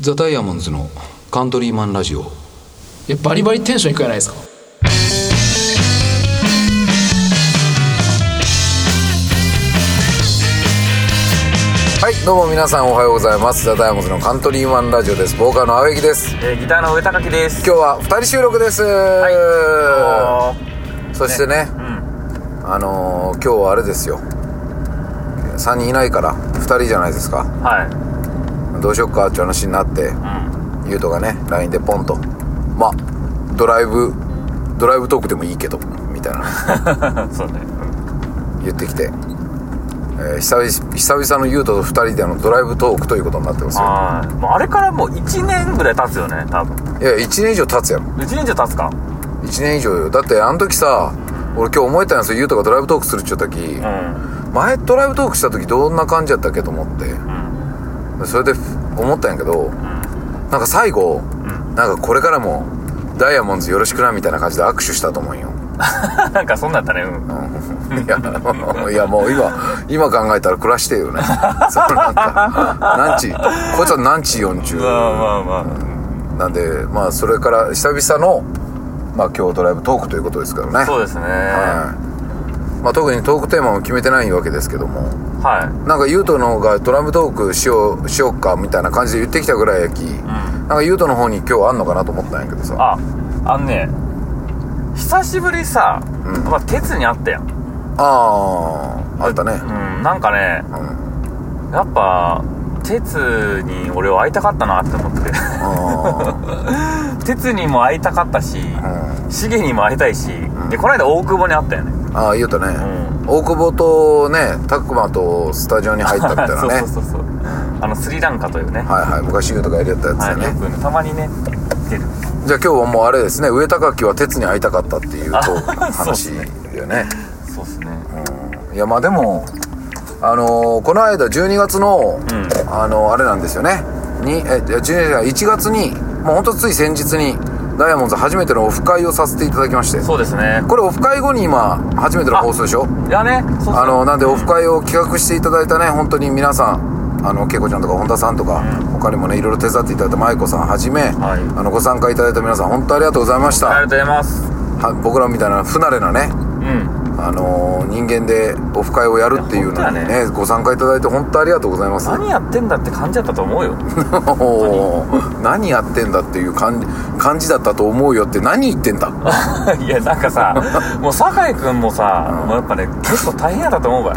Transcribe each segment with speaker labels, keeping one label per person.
Speaker 1: ザ・ダイヤモンズのカントリーマンラジオ
Speaker 2: いやバリバリテンションいくじゃないですか
Speaker 3: はいどうも皆さんおはようございますザ・ダイヤモンドのカントリーマンラジオですボーカルの青柳です
Speaker 4: えーギターの上高木です。
Speaker 3: 今日は2人収録です、
Speaker 4: は
Speaker 3: そしてねあのー、今日はあれですよ3人いないから2人じゃないですか
Speaker 4: は。
Speaker 3: どうしよっかって話になって、ゆうとがね LINE でポンとまあドライブドライブトークでもいいけどみたいない
Speaker 4: そうね。
Speaker 3: 言ってきて、えー久々久々のゆうとと2人でのドライブトークということになってますよ
Speaker 4: あーもうあれからもう1年ぐらい経つよね、多分。
Speaker 3: いや1年以上経つやろ
Speaker 4: 1年以上経つか。
Speaker 3: 1年以上よだってあの時さ俺今日思えたんですよゆうとがドライブトークするっちゅう時、
Speaker 4: うん。
Speaker 3: 前ドライブトークした時どんな感じやったっけと思って、それで思ったんやけど、なんか最後、なんかこれからもダイヤモンズよろしくなみたいな感じで握手したと思うんよ、
Speaker 4: なんかそんなんやったね。うん。
Speaker 3: いやあのいやもう今今考えたら暮らしてよねそのなんかなんちこいつはなんち四中
Speaker 4: まあまあま
Speaker 3: なんでまあそれから久々のまあ今日ドライブトークということですからね
Speaker 4: あ。そうですね。は
Speaker 3: はいまあ、特にトークテーマも決めてないわけですけども
Speaker 4: い。
Speaker 3: なんかユートの方がドラムトークしようしようかみたいな感じで言ってきたぐらいやき、なんかユートの方に今日あんのかなと思ったんやけどさ
Speaker 4: あ、あのね、久しぶりさ、まあ、鉄に会ったやん。う
Speaker 3: あーあったね
Speaker 4: ん。なんかね、やっぱ、鉄に俺は会いたかったなって思って。
Speaker 3: あ
Speaker 4: 鉄にも会いたかったし、シゲにも会いたいし、で、この間大久保に会ったよね。
Speaker 3: ーあーユートね、
Speaker 4: う
Speaker 3: 大久保とねタクマとスタジオに入ったみたいなね
Speaker 4: そうそうそうそうあのスリランカというね、
Speaker 3: はいはい昔ユートがやりやったやつだ
Speaker 4: はい
Speaker 3: ね、
Speaker 4: よくねたまにね出る
Speaker 3: じゃあ今日はもうあれですね上高木は鉄に会いたかったっていうトークの話
Speaker 4: そうっ
Speaker 3: だよね
Speaker 4: そうっすね
Speaker 3: いやまあでもあのーこの間12月の、
Speaker 4: ん
Speaker 3: あのーあれなんですよねにえ12月じゃない1月にもうほんとつい先日にダイヤモンド初めてのオフ会をさせていただきまして
Speaker 4: そうですね
Speaker 3: これオフ会後に今初めての放送でしょ
Speaker 4: いやねそうそう
Speaker 3: あのなんでオフ会を企画していただいたね本当に皆さんあのけいこちゃんとか本田さんとか、他にもねいろいろ手伝っていただいた舞子さんはじめ、
Speaker 4: い
Speaker 3: あのご参加いただいた皆さん本当ありがとうございました、
Speaker 4: ありがとうございます
Speaker 3: は僕らみたいな不慣れなね
Speaker 4: うん
Speaker 3: あのー人間でオフ会をやるっていうのに
Speaker 4: いや本当
Speaker 3: ねご参加いただいて本当ありがとうございます
Speaker 4: 何やってんだって感じだったと思うよ
Speaker 3: おー何やってんだっていう感じ感じだったと思うよって何言ってんだ
Speaker 4: いやなん かさもう酒井君もさ、もうやっぱね結構大変やったと思うわ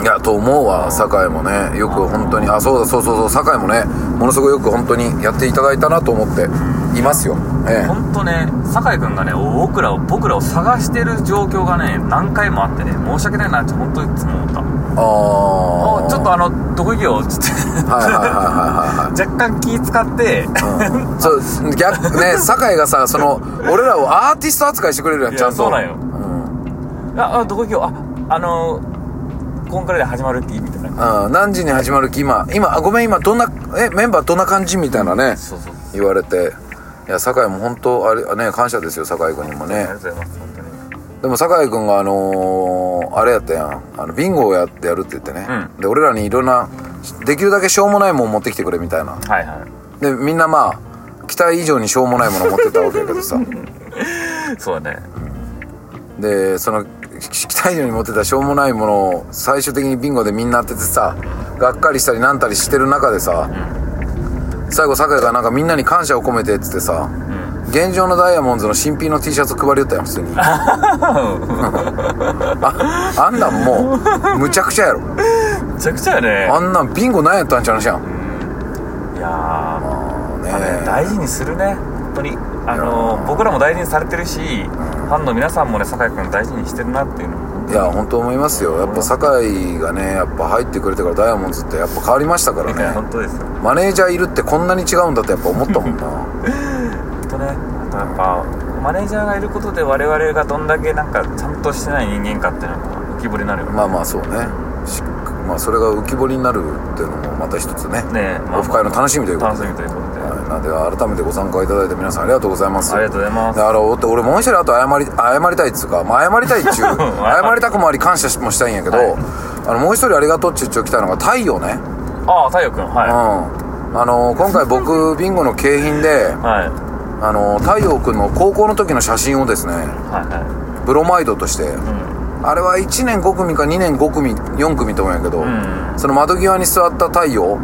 Speaker 3: いやと思うわ酒井もねよく本当にあそうだそうそうそう酒井もねものすごくよく本当にやっていただいたなと思っていますよえ
Speaker 4: ほんとね酒井君がね僕らを僕らを探してる状況がね何回もあってね申し訳ないなって本当いつも思った
Speaker 3: えあ
Speaker 4: あ
Speaker 3: あ
Speaker 4: ちょっとあのどこ行けよっつって
Speaker 3: はいはいはいはいはいはい
Speaker 4: 若干気使って
Speaker 3: そう逆ね酒井がさその俺らをアーティスト扱いしてくれるやん
Speaker 4: い
Speaker 3: ちゃん
Speaker 4: や
Speaker 3: と
Speaker 4: そうなんよ
Speaker 3: うん
Speaker 4: ああどこ行きようああのー、こんくらいで始まるっていいみたいな
Speaker 3: うん何時に始まる気今今あごめん今どんなえメンバーどんな感じみたいなね
Speaker 4: そうそう
Speaker 3: 言われていや酒井も本当あれね感謝ですよ酒井君にも
Speaker 4: あり
Speaker 3: ね
Speaker 4: がとうございます本当に
Speaker 3: でも酒井君があのーあれやったやんあのビンゴをやってやるって言ってね、で俺らにいろんなできるだけしょうもないもん持ってきてくれみたいな
Speaker 4: はいは
Speaker 3: でみんなまあ期待以上にしょうもないもの持ってたわけやけどさ
Speaker 4: いそうだね
Speaker 3: でその期待以上に持ってたしょうもないものを最終的にビンゴでみんな当ててさがっかりしたりなんたりしてる中でさ、最後酒井がなんかみんなに感謝を込めてっつってさ、現状のダイヤモンドの新品の T シャツ配りよったやん普通 にああんなんもうむちゃくちゃやろ
Speaker 4: めちゃくちゃやね
Speaker 3: あんなんビンゴなんやったんちゃうのじゃん
Speaker 4: いやー、あ
Speaker 3: ね
Speaker 4: ね、大事にするね本当にあのー、僕らも大事にされてるし、ファンの皆さんもね酒井君大事にしてるなっていうの
Speaker 3: いや本当思いますよやっぱ酒井がねやっぱ入ってくれてからダイヤモンドってやっぱ変わりましたか
Speaker 4: いや
Speaker 3: らね
Speaker 4: 本当ですよ
Speaker 3: マネージャーいるってこんなに違うんだってやっぱ思ったもん な
Speaker 4: 本当ねあとやっぱマネージャーがいることで我々がどんだけなんかちゃんとしてない人間かっていうのが浮き彫りになるよね
Speaker 3: まあまあそうねしまあそれが浮き彫りになるっていうのもまた一つね
Speaker 4: えまあ
Speaker 3: オフ会の楽しみということ
Speaker 4: 楽
Speaker 3: で
Speaker 4: しみということで、
Speaker 3: はいなんで改めてご参加いただいた皆さんありがとうございます
Speaker 4: ありがとうございます
Speaker 3: であのおって俺もう一人あと謝り謝りたいっつうか、まあ、謝りたいっ ちゅう謝りたくもあり感謝もしたいんやけど、
Speaker 4: はい
Speaker 3: あのもう一人ありがとうっちゅうちょ来たのが太陽ね
Speaker 4: ああ太陽君はい
Speaker 3: うんあの今回 僕ビンゴの景品で
Speaker 4: はい
Speaker 3: あの太陽君の高校の時の写真をですね
Speaker 4: はいは
Speaker 3: ブロマイドとして
Speaker 4: いうん
Speaker 3: あれは1年5組か2年5組4組と思うんやけど、
Speaker 4: ん
Speaker 3: その窓際に座った太陽、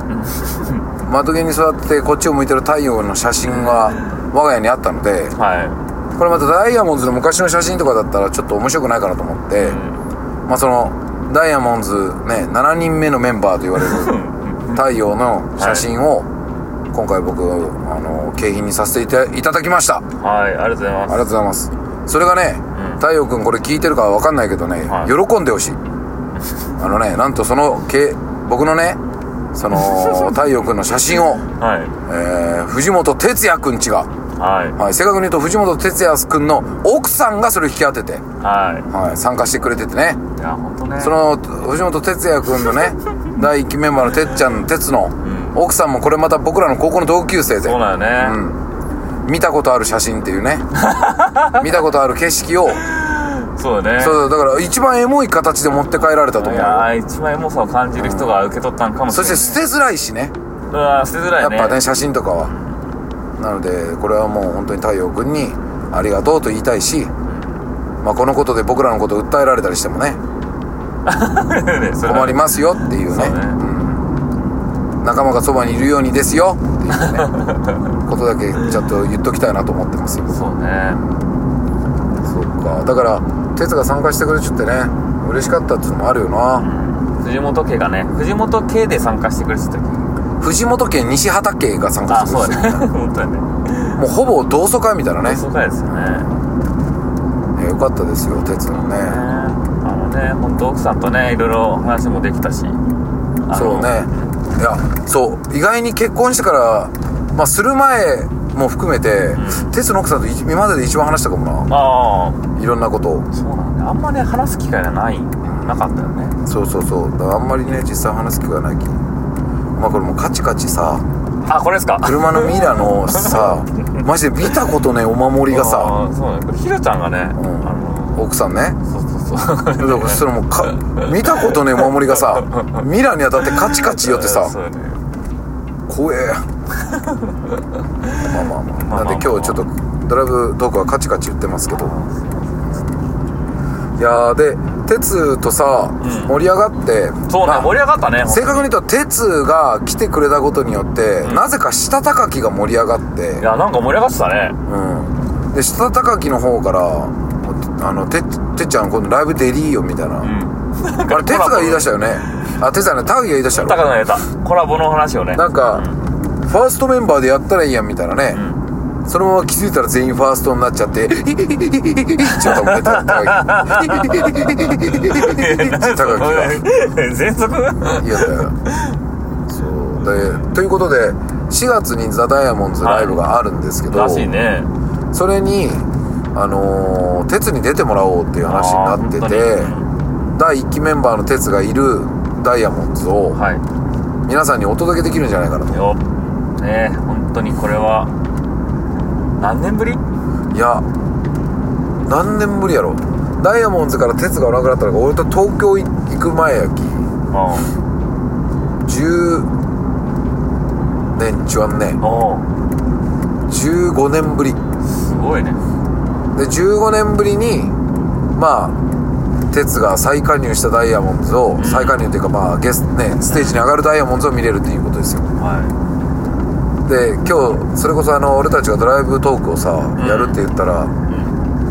Speaker 3: 窓際に座ってこっちを向いてる太陽の写真が我が家にあったので
Speaker 4: は
Speaker 3: これまたダイヤモンドズの昔の写真とかだったらちょっと面白くないかなと思って、まあそのダイヤモンドズね7人目のメンバーと言われる太陽の写真を今回僕あの景品にさせていたいただきました
Speaker 4: いはいありがとうござい
Speaker 3: あ
Speaker 4: ま
Speaker 3: り
Speaker 4: す
Speaker 3: がとうございますそれがね、太陽くんこれ聞いてるかわかんないけどね、
Speaker 4: はい
Speaker 3: 喜んでほ しいあのねなんとそのけ僕のねそ の太陽くんの写真を、
Speaker 4: はい
Speaker 3: えー藤本哲也くんちが、
Speaker 4: は
Speaker 3: はい、正確に言うと藤本哲也くんの奥さんがそれを引き当てて、
Speaker 4: いは
Speaker 3: はい、参加してくれててね
Speaker 4: いいや本当ね
Speaker 3: その藤本哲也くんの ね第1期メンバーのてっちゃん哲の
Speaker 4: ん
Speaker 3: 奥さんもこれまた僕らの高校の同級生で
Speaker 4: そうだよね
Speaker 3: 見たことある写真っていう ね見たことある景色を
Speaker 4: そうだね
Speaker 3: そうだから一番エモい形で持って帰られたと思
Speaker 4: い
Speaker 3: う
Speaker 4: や
Speaker 3: よ
Speaker 4: ー一枚重さを感じる人が受け取ったんかもし
Speaker 3: そ
Speaker 4: れ
Speaker 3: し
Speaker 4: ない
Speaker 3: て捨てづらいしね
Speaker 4: うわー捨てづら
Speaker 3: や
Speaker 4: い
Speaker 3: っ
Speaker 4: ね
Speaker 3: ぱね写真とかはなのでこれはもう本当に太陽君にありがとうと言いたいし、まあ、このことで僕らのことを訴えられたりしてもね
Speaker 4: ねそれは
Speaker 3: 困りますよっていうね
Speaker 4: そうね
Speaker 3: うん仲間がそばにいるようにですよっていう ねことだけちょっと言っときたいなと思ってますよ
Speaker 4: そうね
Speaker 3: そうかだから哲が参加してくれちゃってね嬉しかったっていうのもあるよな
Speaker 4: 藤本家がね藤本家で参加してくれてた
Speaker 3: 藤本家西畑家が参加
Speaker 4: あ
Speaker 3: してく
Speaker 4: そ
Speaker 3: れ
Speaker 4: う
Speaker 3: てて
Speaker 4: だね 本当だね
Speaker 3: もうほぼ同窓会みたいなね
Speaker 4: そうかですよね
Speaker 3: えーよかったですよ哲の
Speaker 4: ね
Speaker 3: ね
Speaker 4: あのね本当奥さんとねいろいろ話もできたしあの
Speaker 3: そうねいやそう意外に結婚してから、まあ、する前も含めて哲、の奥さんとい今までで一番話したかもな
Speaker 4: あ
Speaker 3: いろんなことを
Speaker 4: あそうなんだあんまね話す機会がないなかったよね
Speaker 3: そうそうそうだからあんまりね実際話す機会ないきまあこれもうカチカチさ
Speaker 4: あこれですか
Speaker 3: 車のミラの さマジで見たことねえお守りがさ
Speaker 4: あーそうねこれひろちゃんが
Speaker 3: ん
Speaker 4: ね、あの
Speaker 3: 奥さんね
Speaker 4: そうそうそう
Speaker 3: だからそれもうか見たことねえお守りが さミラに当たってカチカチよってさ
Speaker 4: そうよね
Speaker 3: 怖えまあまあま
Speaker 4: ま
Speaker 3: あ
Speaker 4: あ
Speaker 3: なんで今日ちょっとドライブトークはカチカチ言ってますけどいやーで鉄とさ、
Speaker 4: ん
Speaker 3: 盛り上がって
Speaker 4: そうね、
Speaker 3: まあ
Speaker 4: 盛り上がったね
Speaker 3: 正確に言うと鉄が来てくれたことによって、なぜかしたたかきが盛り上がって
Speaker 4: いやなんか盛り上がってたね
Speaker 3: うんでしたたかきの方からあのててっちゃん今度ライブ出りーよみたいな、あれ鉄が言い出したよねあ鉄じゃないタギが言い出したの
Speaker 4: 高野たコラボの話をね
Speaker 3: なんか、ファーストメンバーでやったらいいやんみたいなね、そのまま気づいたら全員ファーストになっち ゃって「ヒヒヒヒヒヒヒヒヒ」ちょっと思ってた高木ヒヒヒヒヒヒヒヒヒヒヒ高木が
Speaker 4: 全速
Speaker 3: いやだよそうでということで4月に「ザ・ダイヤモンズライブがあるんですけど、
Speaker 4: らしいね
Speaker 3: それにあのー鉄に出てもらおうっていう話になって
Speaker 4: あ
Speaker 3: て
Speaker 4: ー本
Speaker 3: 第1期メンバーの鉄がいるダイヤモンズを
Speaker 4: はい
Speaker 3: 皆さんにお届けできるんじゃないかなと
Speaker 4: よねえ本当にこれは何年ぶり
Speaker 3: いや何年ぶりやろダイヤモンズから鉄がおなくなったのが俺と東京行く前やき
Speaker 4: あ
Speaker 3: 10年ちわんね
Speaker 4: あお
Speaker 3: 15年ぶりで
Speaker 4: すごいね
Speaker 3: 15年ぶりにまあ鉄が再加入したダイヤモンズを再加入というかまあゲスねステージに上がるダイヤモンズを見れるっていうことですよ
Speaker 4: は
Speaker 3: で今日それこそあの俺たちがドライブトークをさやるって言ったら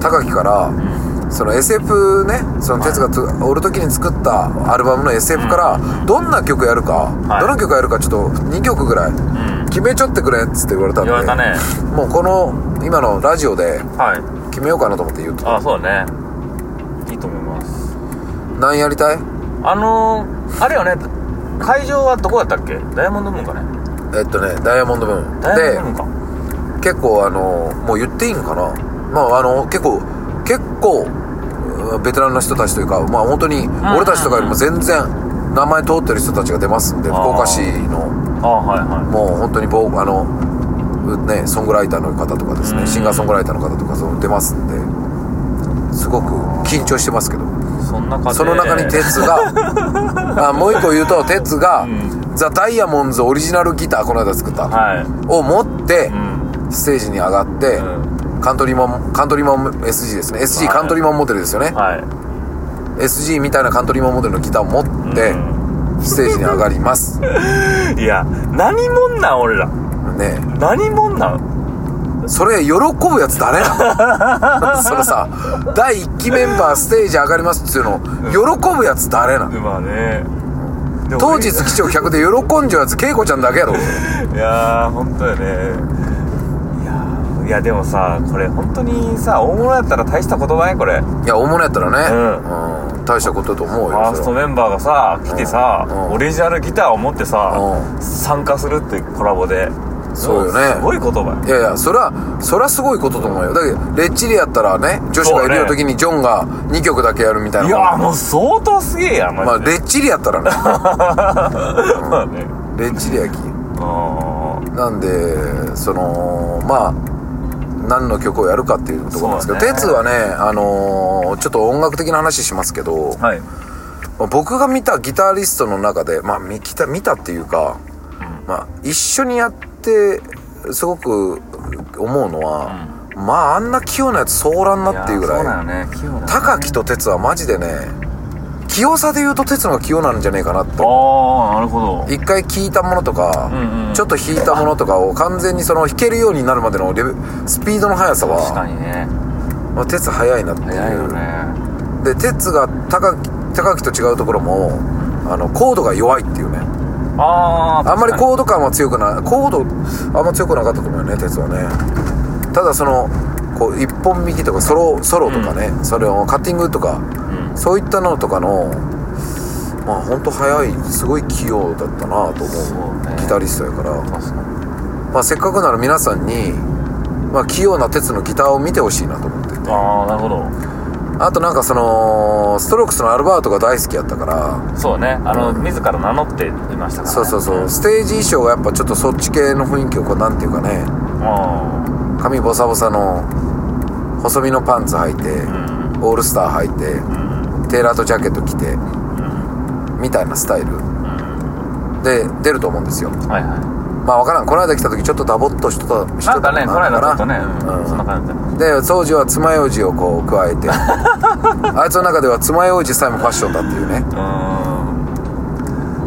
Speaker 3: 高木からその SF ねその哲がつおる時に作ったアルバムの SF からどんな曲やるか
Speaker 4: はい
Speaker 3: どの曲やるかちょっと2曲ぐらい
Speaker 4: いうん
Speaker 3: 決めちょってくれっつって言われたんで
Speaker 4: 言われたね
Speaker 3: もうこの今のラジオで
Speaker 4: はい
Speaker 3: 決めようかなと思って言うと
Speaker 4: あそうだねいいと思います
Speaker 3: 何やりたい
Speaker 4: あのー、あれよね会場はどこだったっけダイヤモンドムーンかね
Speaker 3: えっとねダイヤモンドムーン
Speaker 4: ダイ
Speaker 3: で
Speaker 4: ヤモンドムーン
Speaker 3: 結構あのもう言っていいのかなまああの結構結構うんベテランの人たちというかまあ本当に俺たちとかよりも全然名前通ってる人たちが出ますんで
Speaker 4: あ
Speaker 3: 福
Speaker 4: ー
Speaker 3: 岡市の
Speaker 4: かあはいは
Speaker 3: もう本当にボーあのうねソングライターの方とかです
Speaker 4: う
Speaker 3: ね
Speaker 4: ん
Speaker 3: シンガーソングライターの方とかその出ますんですごく緊張してますけど
Speaker 4: いそんな感じで
Speaker 3: その中に鉄があもう一個言うと鉄が
Speaker 4: ん
Speaker 3: ザ・ダイヤモンズオリジナルギターこの間作った、
Speaker 4: はい
Speaker 3: を持って
Speaker 4: う、ん
Speaker 3: ステージに上がって、
Speaker 4: う
Speaker 3: カントリーマンカントリーマン SG ですね SG、
Speaker 4: はい
Speaker 3: カントリーマンモデルですよね、
Speaker 4: は
Speaker 3: SG みたいなカントリーマンモデルのギターを持っ
Speaker 4: い
Speaker 3: て、
Speaker 4: う
Speaker 3: ステージに上がりますね
Speaker 4: んいや何もんなん俺ら何もんなん
Speaker 3: それ喜ぶやつ誰なの それさ第1期メンバーステージ上がりますっていうの喜ぶやつ誰なの
Speaker 4: まあねでも
Speaker 3: 当日貴重客で喜んじゃうやつ恵子ちゃんだけやろ
Speaker 4: いやー本当よねいやーいやでもさこれ本当にさ大物やったら大したことないこれフ
Speaker 3: いや大物やったらね、
Speaker 4: うん
Speaker 3: うん大したことだと思うよ
Speaker 4: ァースト
Speaker 3: それは
Speaker 4: メンバーがさ来てさ、
Speaker 3: うん
Speaker 4: オリジナルギターを持ってさ、
Speaker 3: う
Speaker 4: 参加するってコラボで
Speaker 3: そうよね
Speaker 4: すごい言葉
Speaker 3: いやいやそれはそれはすごいことと思うよだけどレッチリやったらね女子がいるよ時にジョンが2曲だけやるみたいない
Speaker 4: やーもう相当すげえやん
Speaker 3: ま
Speaker 4: マ
Speaker 3: あ
Speaker 4: ジで、
Speaker 3: レッチリやったらね
Speaker 4: まあね
Speaker 3: レッチリやき
Speaker 4: あ
Speaker 3: なんでそのまあ何の曲をやるかっていうところなんですけど、
Speaker 4: そうね
Speaker 3: 鉄はねあのーちょっと音楽的な話しますけど、
Speaker 4: ーはい
Speaker 3: まあ僕が見たギタリストの中で、まあ、見た見たっていうか、まあ、一緒にやってすごく思うのは、まああんな器用なやつソーランなっていうぐら
Speaker 4: や
Speaker 3: い
Speaker 4: ーそうだよね器用だね
Speaker 3: 高木と鉄はマジでね器用さで言うと鉄の方が器用なんじゃねえかなと
Speaker 4: ああなるほど
Speaker 3: 一回聞いたものとか、
Speaker 4: うんうん
Speaker 3: ちょっと弾いたものとかを完全にその弾けるようになるまでのレベスピードの速さ
Speaker 4: 確か
Speaker 3: は、
Speaker 4: にね
Speaker 3: まあ、鉄速いなっていう
Speaker 4: 早いよね
Speaker 3: で鉄が高木高木と違うところもあのコードが弱いっていうね
Speaker 4: ああ
Speaker 3: あんまりコード感は強くないコードあんま強くなかったと思うよね鉄はねただそのこう一本引きとかソロソロとかね、それをカッティングとか、
Speaker 4: ん
Speaker 3: そういったのとかのまあほんと早いすごい器用だったなと思う
Speaker 4: そうね
Speaker 3: ギタリストやから、
Speaker 4: 確かに
Speaker 3: まあ、せっかくなら皆さんに、まあ、器用な鉄のギターを見てほしいなと思ってて
Speaker 4: ああなるほど
Speaker 3: あとなんかそのストロークスのアルバートが大好きやったから
Speaker 4: そうねあの、自ら名乗っていましたから、ね、
Speaker 3: そうそうそうステージ衣装がやっぱちょっとそっち系の雰囲気をこうなんていうかね
Speaker 4: あ
Speaker 3: 髪ボサボサの細身のパンツ履いて、オールスター履いて、テーラーとジャケット着て、みたいなスタイル、で出ると思うんですよ
Speaker 4: あはいは
Speaker 3: まあ分からんこの間来た時ちょっとダボっとしてた
Speaker 4: い
Speaker 3: 人
Speaker 4: なんかねこの間ちょっとね、
Speaker 3: う
Speaker 4: うん
Speaker 3: ん
Speaker 4: そんな感じだった
Speaker 3: で当時は爪楊枝をこう加え てあいつの中では爪楊枝さえもファッションだっていうね
Speaker 4: う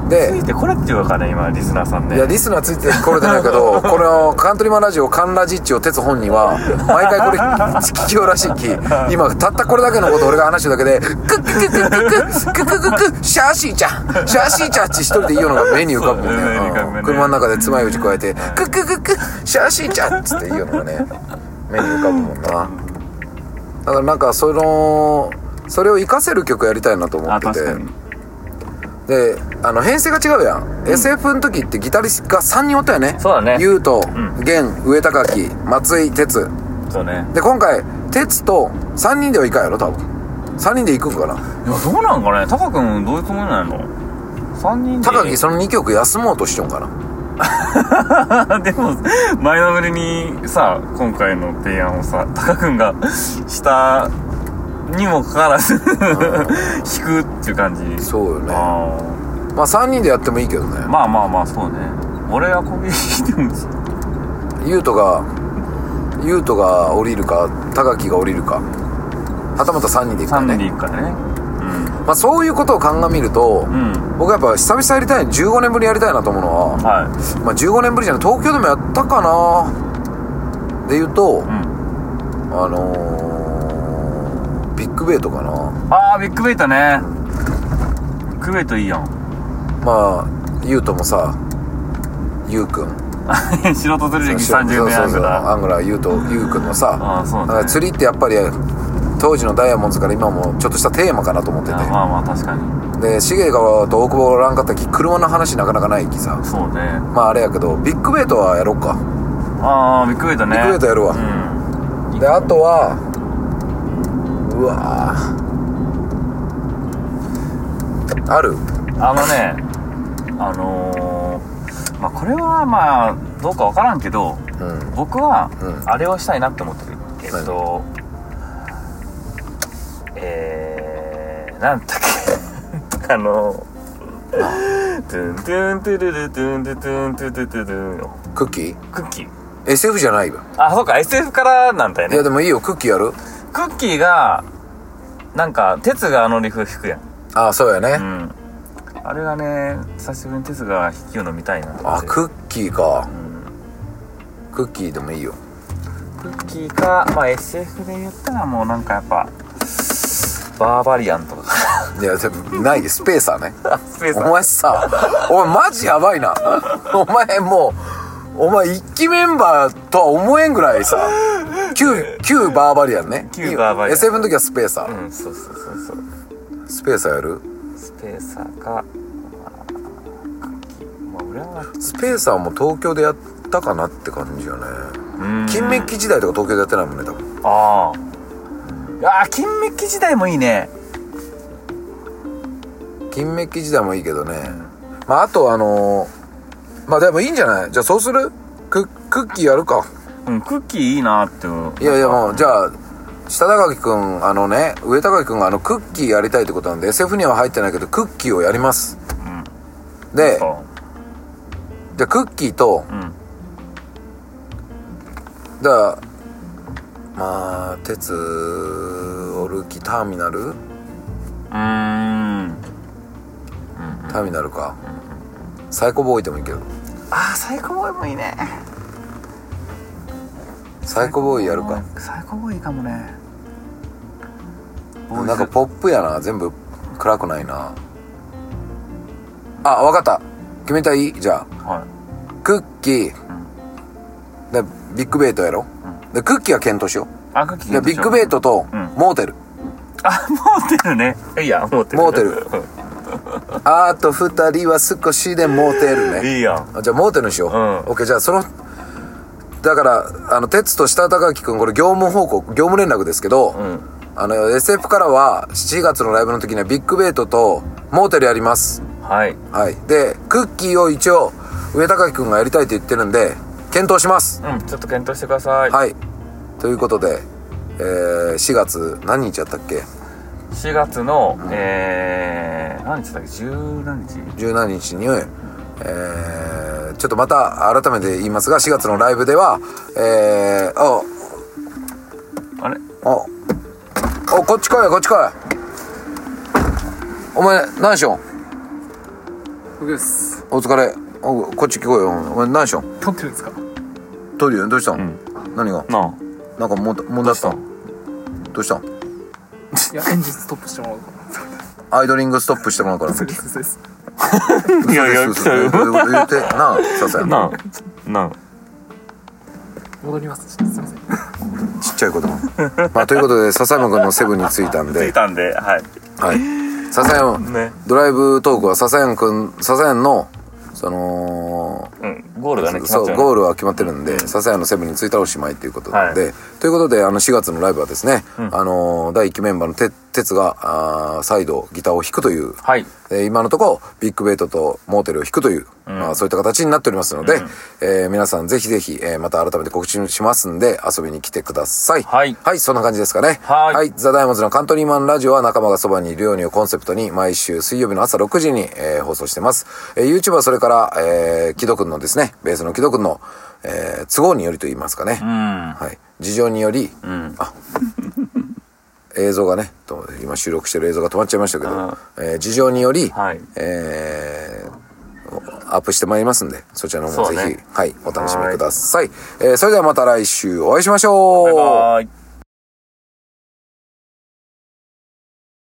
Speaker 3: で
Speaker 4: ーんついてこれっていうかね今リスナーさんね
Speaker 3: いやリスナーついてこれてないけどこのカントリーマンラジオカンラジッチを鉄本人は毎回これ聞きようらしいき今たったこれだけのこと俺が話してるだけでクッククッククッククッククックシャーシーちゃんシャーシーちゃんって一人で言うのが目に浮かぶもん
Speaker 4: そう目に浮かぶ
Speaker 3: ね
Speaker 4: ね
Speaker 3: うん車の中で爪楊枝加えてクッククックシャーシーちゃんっつって言うのがね目に浮かぶもんなだからなんかそのそれを活かせる曲やりたいなと思
Speaker 4: あ
Speaker 3: って
Speaker 4: 確
Speaker 3: て
Speaker 4: かに
Speaker 3: であの編成が違うやん、SF の時ってギタリストが3人おったよね
Speaker 4: そうだね
Speaker 3: ゆうと、
Speaker 4: ん
Speaker 3: 源上高木松井哲
Speaker 4: そうね
Speaker 3: で今回哲と3人ではいかんやろ多分3人で行くんかない
Speaker 4: やどうなんかねタカ君どういうつもりなんやろ3人で
Speaker 3: 高木その2曲休もうとしちょんかな
Speaker 4: でも前のめりにさ今回の提案をさタカ君がしたにもかかわらず引くっていう感じ
Speaker 3: そうよね
Speaker 4: あ
Speaker 3: まあ3人でやってもいいけど
Speaker 4: ー
Speaker 3: ね
Speaker 4: まあまあまあそうね俺はこぎでも
Speaker 3: ゆうとがゆうとが降りるか高木が降りるかはたまた3人で行くか
Speaker 4: 3人
Speaker 3: ね
Speaker 4: で行くからね
Speaker 3: まあ、そういうことを鑑みると、
Speaker 4: ん
Speaker 3: 僕はやっぱ久々やりたい15年ぶりやりたいなと思うのは、
Speaker 4: は
Speaker 3: まあ、15年ぶりじゃない東京でもやったかなで言うと、
Speaker 4: い、うん
Speaker 3: あのー、ビッグベイトかな
Speaker 4: ああビッグベイトねビッグベイトいいやん
Speaker 3: まあゆうともさゆうくん
Speaker 4: 素人釣り歴
Speaker 3: そう
Speaker 4: 30年
Speaker 3: そう
Speaker 4: 半
Speaker 3: そう
Speaker 4: ぐら
Speaker 3: アングラーゆうとゆうくんのさ
Speaker 4: あーそうね
Speaker 3: だから釣りってやっぱり当時のダイヤモンドから今もちょっとしたテーマかなと思って
Speaker 4: いいやまあまあ確かに
Speaker 3: てでシゲがと大久保がおらんかったき車の話なかなかないきさ
Speaker 4: そうね
Speaker 3: まああれやけどビッグベイトはやろっか
Speaker 4: ああビッグベイトね
Speaker 3: ビッグベイトやるわ
Speaker 4: うん
Speaker 3: であとはうわーある
Speaker 4: あのねあのー、まあこれはまあどうかわからんけど
Speaker 3: うん
Speaker 4: 僕は
Speaker 3: うん
Speaker 4: あれをしたいなって思ってる、え
Speaker 3: 何
Speaker 4: っとえー、なんだっけあのートゥントゥントゥルルトゥントゥトゥントゥトゥトゥトゥンよ
Speaker 3: クッキー
Speaker 4: クッキー
Speaker 3: SF じゃないよ
Speaker 4: あそうか SF からなんだよ
Speaker 3: いや
Speaker 4: ね
Speaker 3: でもいいよクッキーやる
Speaker 4: クッキーがなんか鉄があのリフ弾くやん
Speaker 3: ああそうやね、
Speaker 4: うんあれがね久しぶりに鉄が弾きようの見たいなと思っ
Speaker 3: あ
Speaker 4: て
Speaker 3: クッキーか、クッキーでもいいよ
Speaker 4: クッキーかまあ SF で言ったらもうなんかやっぱバーバリアンとか
Speaker 3: いやでもないでスペーサーね
Speaker 4: スペース
Speaker 3: お
Speaker 4: は
Speaker 3: 前さお前マジやばいなお前もうお前一期メンバーとは思えんぐらいさ旧旧バーバリアンね
Speaker 4: 旧バーバリアン
Speaker 3: SF の時はスペーサー、
Speaker 4: うんそうそうそうそう
Speaker 3: スペーサーやる
Speaker 4: スペーサーか、まあ、クッキーまあ俺は
Speaker 3: スペーサーも東京でやったかなって感じよね
Speaker 4: うん
Speaker 3: 金メッキ時代とか東京でやってないもんね多分
Speaker 4: あああー金メッキ時代もいいね
Speaker 3: 金メッキ時代もいいけどねまああとあのーまあでもいいんじゃないじゃあそうするククッキーやるか
Speaker 4: うんクッキーいいなって思う
Speaker 3: いやいやもうじゃあ下高木君あのね上高木君があのクッキーやりたいってことなんで SF には入ってないけどクッキーをやります、で
Speaker 4: そ
Speaker 3: じゃあクッキーと
Speaker 4: ううん
Speaker 3: だからまあ鉄オルキターミナル
Speaker 4: うーん
Speaker 3: ターミナルかサイコボーイでもいいけど
Speaker 4: ああサイコボーイもいいね
Speaker 3: サイコボーイやるか
Speaker 4: サイコボーイかもねボーイズ
Speaker 3: なんかポップやな全部暗くないなあわかった決めたいじゃあ
Speaker 4: は
Speaker 3: クッキー、でビッグベイトやろ、でクッキーは検討しよ
Speaker 4: いあクッキ
Speaker 3: う
Speaker 4: ー
Speaker 3: でビッグベイトと
Speaker 4: うん
Speaker 3: モーテル、
Speaker 4: あモーテルねいやモーテル
Speaker 3: モーテルあと2人は少しでモーテル
Speaker 4: うん
Speaker 3: ね
Speaker 4: いいやん
Speaker 3: あじゃあモーテルにしよう、
Speaker 4: ん
Speaker 3: オッケーじゃあそのだからあの哲と下高木君これ業務報告業務連絡ですけど、
Speaker 4: ん
Speaker 3: あの SF からは7月のライブの時にはビッグベイトとモーテルやります
Speaker 4: はい
Speaker 3: はいでクッキーを一応上高木君がやりたいと言ってるんで検討します
Speaker 4: うんちょっと検討してください
Speaker 3: はい。ということで、えー、4月何日やったっけ
Speaker 4: 4月のえー何日だっけ10何日
Speaker 3: ?17 日に、えー、ちょっとまた改めて言いますが、4月のライブでは、えー、お、
Speaker 4: あれ
Speaker 3: お、お、こっち来いこっち来いお前、何しよん
Speaker 2: 僕です
Speaker 3: お疲れ。おこっち来いよ。お前、何しよん
Speaker 2: 撮ってるんですか
Speaker 3: トリオどうしたん、何が
Speaker 4: なあ
Speaker 3: なんかもんだ、もんだした
Speaker 4: ど
Speaker 3: んどうしたん
Speaker 2: いやエンジンストップしてもらおうと思って
Speaker 3: アイドリングストップしてもらう から。
Speaker 2: そうですそうです
Speaker 4: いやいや
Speaker 3: そうそうそう言う言うて、 なあ、ささや。
Speaker 4: なあな
Speaker 2: 戻りますちょっとすいません
Speaker 3: ちっちゃい子供。まあ、ということで、笹山君のセブンについたん
Speaker 4: あ着
Speaker 3: で
Speaker 4: い、たんではい
Speaker 3: はい。笹山、
Speaker 4: ね
Speaker 3: ドライブトークは笹山君、笹山の、その、
Speaker 4: うんゴールがね決ま
Speaker 3: そ
Speaker 4: っちゃ
Speaker 3: う、
Speaker 4: うね
Speaker 3: ゴールは決まってるんで、笹山のセブンについたらおしまいということなので、
Speaker 4: は
Speaker 3: ということで、あの、4月のライブはですね、あのー、第1期メンバーのて哲が、あー再度ギターを弾くという、
Speaker 4: はい
Speaker 3: えー今のところビッグベイトとモーテルを引くという、まあ、そういった形になっておりますので、えー皆さんぜひぜひ、えーまた改めて告知しますんで遊びに来てください
Speaker 4: はい
Speaker 3: そんな感じですかね
Speaker 4: はい
Speaker 3: ザ・ダイヤモンドズのカントリーマンラジオは仲間がそばにいるようにをコンセプトに毎週水曜日の朝6時に、えー放送してます、えー YouTube はそれから、えー、木戸くんのですねベースの木戸くんの、えー都合によりと言いますかね、
Speaker 4: うん
Speaker 3: はい、事情により、あ映像がねと今収録してる映像が止まっちゃいましたけど、えー事情により、
Speaker 4: はい
Speaker 3: えーアップしてまいりますんでそちらの方も
Speaker 4: そ
Speaker 3: ぜ
Speaker 4: う
Speaker 3: ひ、
Speaker 4: ね
Speaker 3: はい、お楽しみください、えーそれではまた来週お会いしましょう
Speaker 4: バイバイ